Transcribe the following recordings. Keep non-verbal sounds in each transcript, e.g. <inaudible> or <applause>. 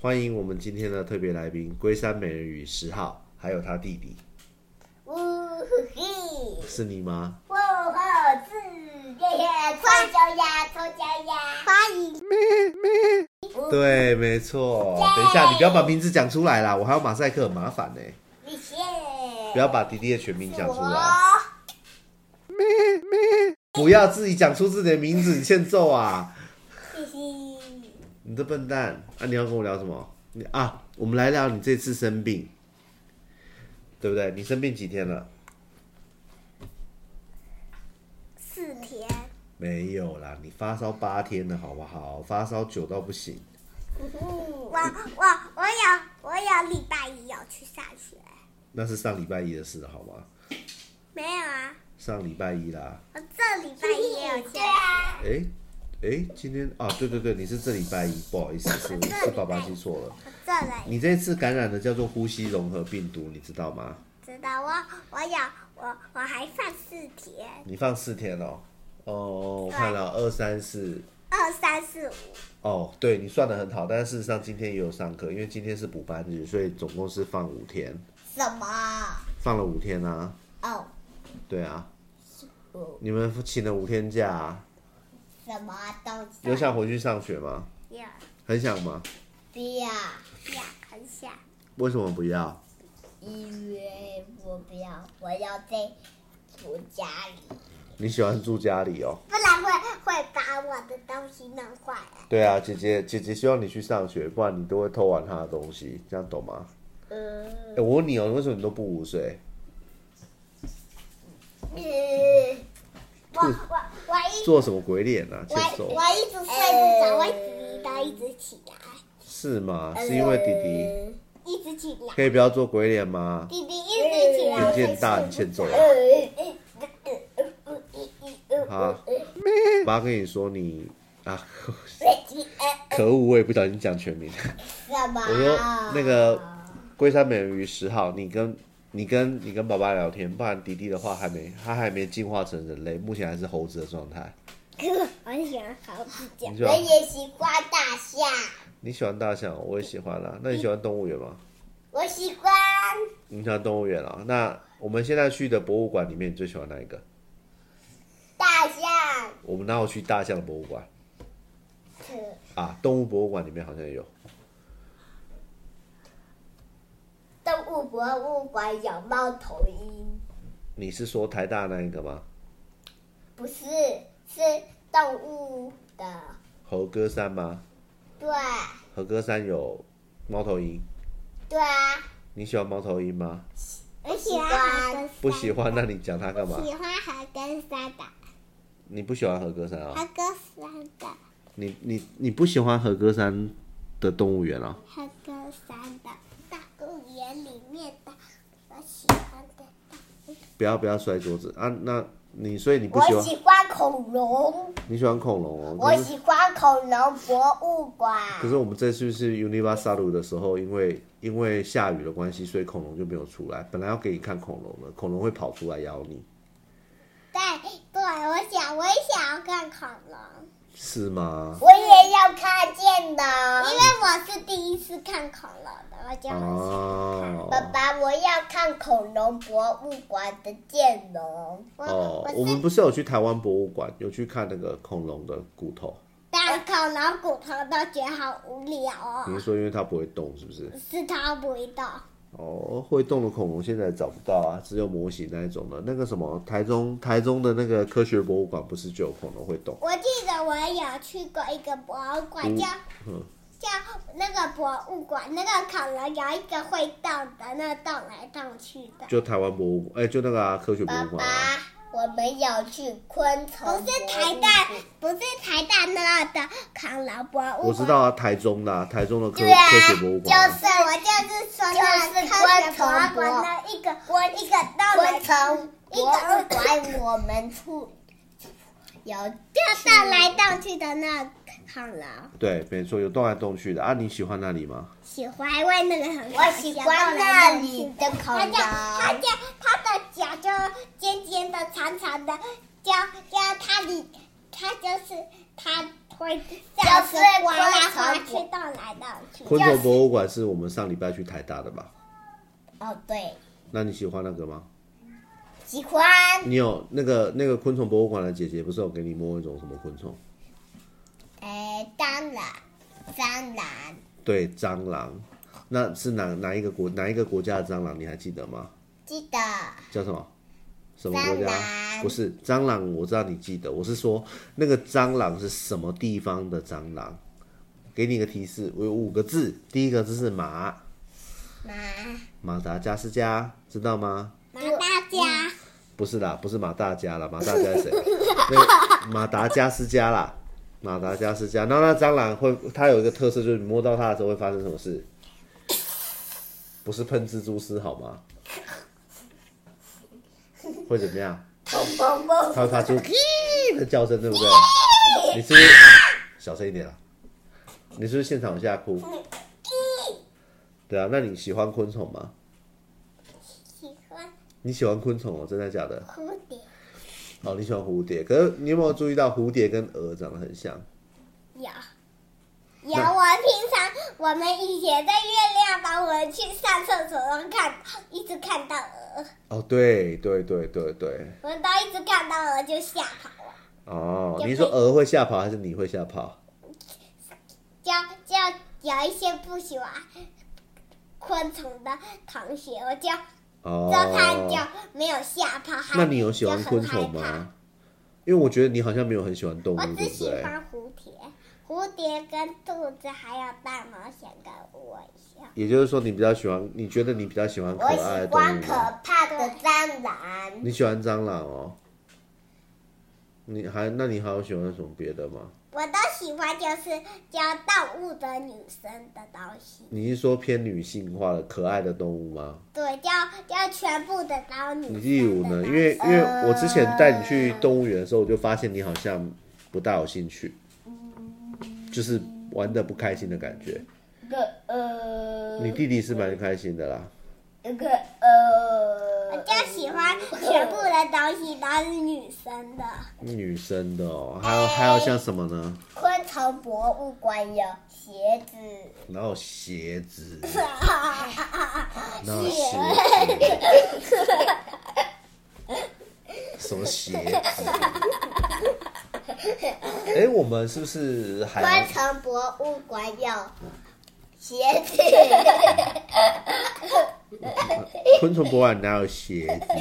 欢迎我们今天的特别来宾龟山美人鱼十号，还有他弟弟，呜嘿，是你吗？我好自耶耶，臭脚丫，臭脚丫，欢迎，对，没错。等一下，你不要把名字讲出来啦，我还有马赛克，很麻烦呢、你谢，不要把弟弟的全名讲出来，我不要自己讲出自己的名字，你欠揍啊！嘿嘿，你这笨蛋啊！你要跟我聊什么？你啊，我们来聊你这次生病，对不对？你生病几天了？四天，没有啦，你发烧八天了，好不好？发烧久到不行。我我我有我有礼拜一要去上学，那是上礼拜一的事，好吗？没有啊，上礼拜一啦。我这礼拜一也有去，诶诶，哎今天啊，对对对，你是这礼拜一，不好意思，是是爸爸记错了。我这了你这次感染的叫做呼吸融合病毒，你知道吗？知道啊我我有我我还放四天，你放四天哦。哦，我看了二三四。二三四五，哦，对你算的很好，但是事实上今天也有上课，因为今天是补班日，所以总共是放五天，什么？放了五天啊。哦，对啊，哦你们请了五天假、啊，什么东西？有想回去上学吗？要很想吗？不要，要很想。为什么不要？因为我不要，我要在我家里，你喜欢住家里哦？不然会会把我的东西弄坏。对啊，姐姐姐姐希望你去上学，不然你都会偷玩她的东西，这样懂吗？嗯，哎、我问你哦，为什么你都不午睡？嗯，我我我一做什么鬼脸啊？欠我揍我一直睡不着，我一直到一直起来，是吗？呃是因为弟弟一直起来，可以不要做鬼脸吗？弟弟一直起眼来，我才界大，你睡欠不着。揍啊！好，爸跟你说你啊， <laughs> 可恶，我也不小心讲 <laughs> 全名。什么？我说啊那个龟山美人鱼十号，你跟你跟你跟爸爸聊天，不然迪迪的话还没，他还没进化成人类，目前还是猴子的状态。我喜欢猴子讲你喜我欢也喜欢大象，你喜欢大象，我也喜欢啊嗯啦。那你喜欢动物园吗？我喜欢你喜欢动物园啊？那我们现在去的博物馆里面，你最喜欢哪一个？大象，我们哪有去大象的博物馆啊？动物博物馆里面好像有。动物博物馆有猫头鹰，你是说台大那一个吗？不是，是动物的，猴哥山吗？对猴哥山有猫头鹰，对啊，你喜欢猫头鹰吗？我喜欢不喜欢，那你讲它干嘛？喜欢和跟山的，你不喜欢和歌山啊、和跟山的，你你你不喜欢和歌山的动物园啊、和跟山的大公园里面的，我喜欢的。不要不要摔桌子啊！那你所以你不喜我欢喜欢恐龙。你喜欢恐龙哦？我可是喜欢恐龙博物馆。可是我们这次是 Universalu 的时候，因为因为下雨的关系，所以恐龙就没有出来。本来要给你看恐龙的，恐龙会跑出来咬你，对对，我想我也想要看恐龙，是吗？我也要看见的，因为我是第一次看恐龙的，我就很喜欢。哦，爸爸，我要看恐龙博物馆的剑龙。我哦，我我们是不是有去台湾博物馆，有去看那个恐龙的骨头？但恐龙骨头都觉得好无聊你哦是，说因为它不会动，是不是？是它不会动。哦，会动的恐龙现在找不到啊，只有模型那一种的。那个什么，台中台中的那个科学博物馆不是就有恐龙会动？我记得我有去过一个博物馆，嗯叫嗯叫那个博物馆，那个恐龙有一个会动的，那动来动去的。就台湾博物馆，哎、就那个、啊、科学博爸物爸馆、啊。，我们要去昆虫不博物是馆。台大，不是台大那的恐龙博物馆。我知道啊，台中的啊、台中的科、对啊科学博物馆啊、就是我就是说那就是科学昆博虫物博馆的一个一个到昆虫一博物个馆，我们去有要动来动去的那恐龙，对，没错，有动来动去的啊。你喜欢那里吗？喜欢因为那个很我喜欢那里的恐它龙叫。它叫它的脚就尖尖的、长长的，叫叫它里它就是它会这样样子子滑滑来来滑滑去去，荡来荡去。昆虫博物馆是我们上礼拜去台大的吧？哦，对，那你喜欢那个吗？喜欢你有那个那个昆虫博物馆的姐姐不是有给你摸一种什么昆虫？哎，当然，当然，对，蟑螂。那是哪哪一个国哪一个国家的蟑螂？你还记得吗？记得叫什么？什么国蟑家？螂不是蟑螂，我知道你记得。我是说那个蟑螂是什么地方的蟑螂？给你一个提示，我有五个字，第一个字是马，吗？马达加斯加，知道吗？马大家，不是啦，不是马大家啦，马大家是 <laughs> 谁？那个马达加斯加啦，马达加斯加。然后那蟑螂会，它有一个特色，就是你摸到它的时候会发生什么事？不是喷蜘蛛丝好吗？会怎么样？砰砰砰！它会发 <laughs> 出“咦”的叫声，对不对？你是不是小声一点啊？你是不是现场有吓哭？嗯 <laughs> 对啊，那你喜欢昆虫吗？喜欢你喜欢昆虫哦，真的假的？蝴蝶，哦，你喜欢蝴蝶，可是你有没有注意到蝴蝶跟鹅长得很像？有有。我平常我们以前在月亮岛，我去上厕所都看，一直看到鹅，哦，对对对对对，我们都一直看到鹅就吓跑了，哦，也你会是说鹅会吓跑还是你会吓跑？就就有一些不喜欢昆虫的同学，我就哦这，他就没有吓跑。还那你有喜欢昆虫就很害怕吗？因为我觉得你好像没有很喜欢动物，我对只不喜对？欢蝴蝶，蝴蝶跟兔子还有大毛想跟我一样。也就是说，你比较喜欢，你觉得你比较喜欢可我爱的喜动欢物可吗？怕的蟑螂，你喜欢蟑螂哦？你还那你还有喜欢什么别的吗？我都喜欢就是教动物的女生的东西，你是说偏女性化的可爱的动物吗？对，教教全部的当女生的东西。例如呢，因为因为我之前带你去动物园的时候，我就发现你好像不大有兴趣，就是玩的不开心的感觉。个呃，你弟弟是蛮开心的啦，那个呃，我就喜欢全部的东西都是女生的，女生的哦，还有还有像什么呢？昆虫博物馆有鞋子，然后鞋子，然后鞋子，什么鞋子？哎、我们是不是还昆虫博物馆有鞋子，昆虫博物馆哪有鞋子？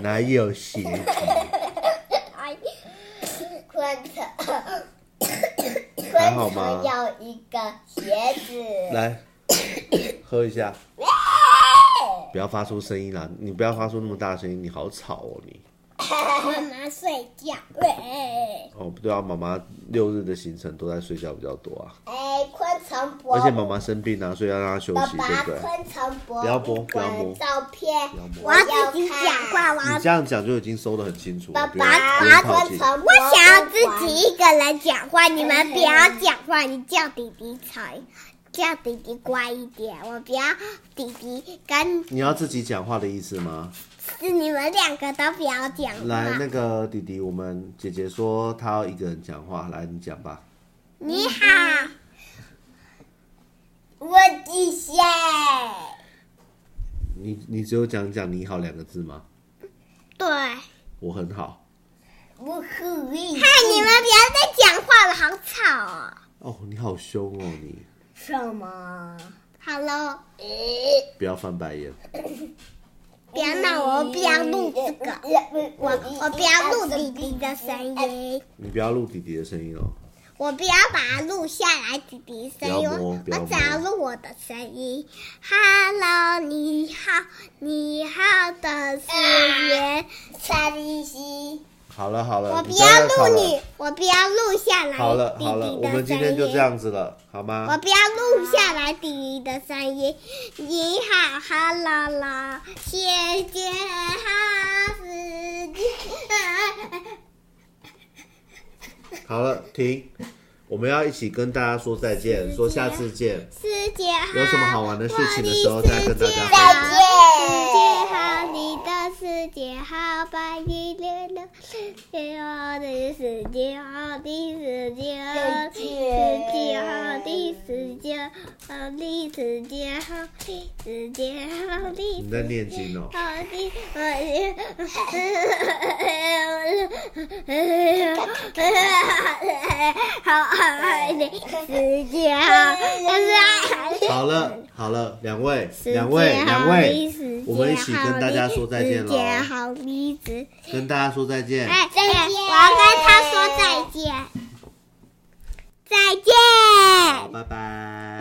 哪有鞋子？哎，昆虫还昆好虫吗？有一个鞋子，来，喝一下。不要发出声音啦！你不要发出那么大声音，你好吵哦你。妈妈睡觉。喂，哦，不对啊，妈妈六日的行程都在睡觉比较多啊，哎，昆虫博而物且妈妈生病啊，所以要让她休爸息，对爸不对？昆虫博不要播物不要馆播的照片不要播，我要自己讲看。话，我要你这样讲就已经收得很清楚了，爸不用不爸用靠昆近。虫，我想要自己。一个人讲话，你们不要讲话，你叫弟弟才，叫弟弟乖一点。我不要弟弟跟你要自己讲话的意思吗？是你们两个都不要讲来，话那。个弟弟，我们姐姐说她要一个人讲话，来你讲吧。你好，我的鞋，哎你你只有讲讲你好两个字吗？对，嗨，我很好我很会你们不要再讲话了，好吵哦。哦，你好凶哦你，什么？好喽，不要翻白眼。呃不要闹我，我不要录这个，我我不要录弟弟的声。音，你不要录弟弟的声音哦，我不要把它录下来弟弟的声音，不要我摸不要我摸只要录我的声音。Hello，你好，你好的是圆，查理西，好了好了，我不你再要吵录了你，我不要录下来好了弟好了，弟我的们今声天就这音。样子了，好我吗？不要录下来弟弟的声音。你好，Hello 啦，谢谢哈斯基。好了，停，我们要一起跟大家说再见，说下次见。世界好，有什么好玩的事情的时候再跟大家我的世界好分享世界好，你的世界好，把你留的，天好的时间，好的时间，再好见时间，好的时间，好的时间，好的时间，好的时你在间。念经哦、好的，我的，好爱的时间，但是爱的好了好了，两位时间两位两好的位，时间，我们一起跟大家说再见时喽，间好的时，跟大家说再见。哎哎，我要跟他说再见，再见。好，拜拜。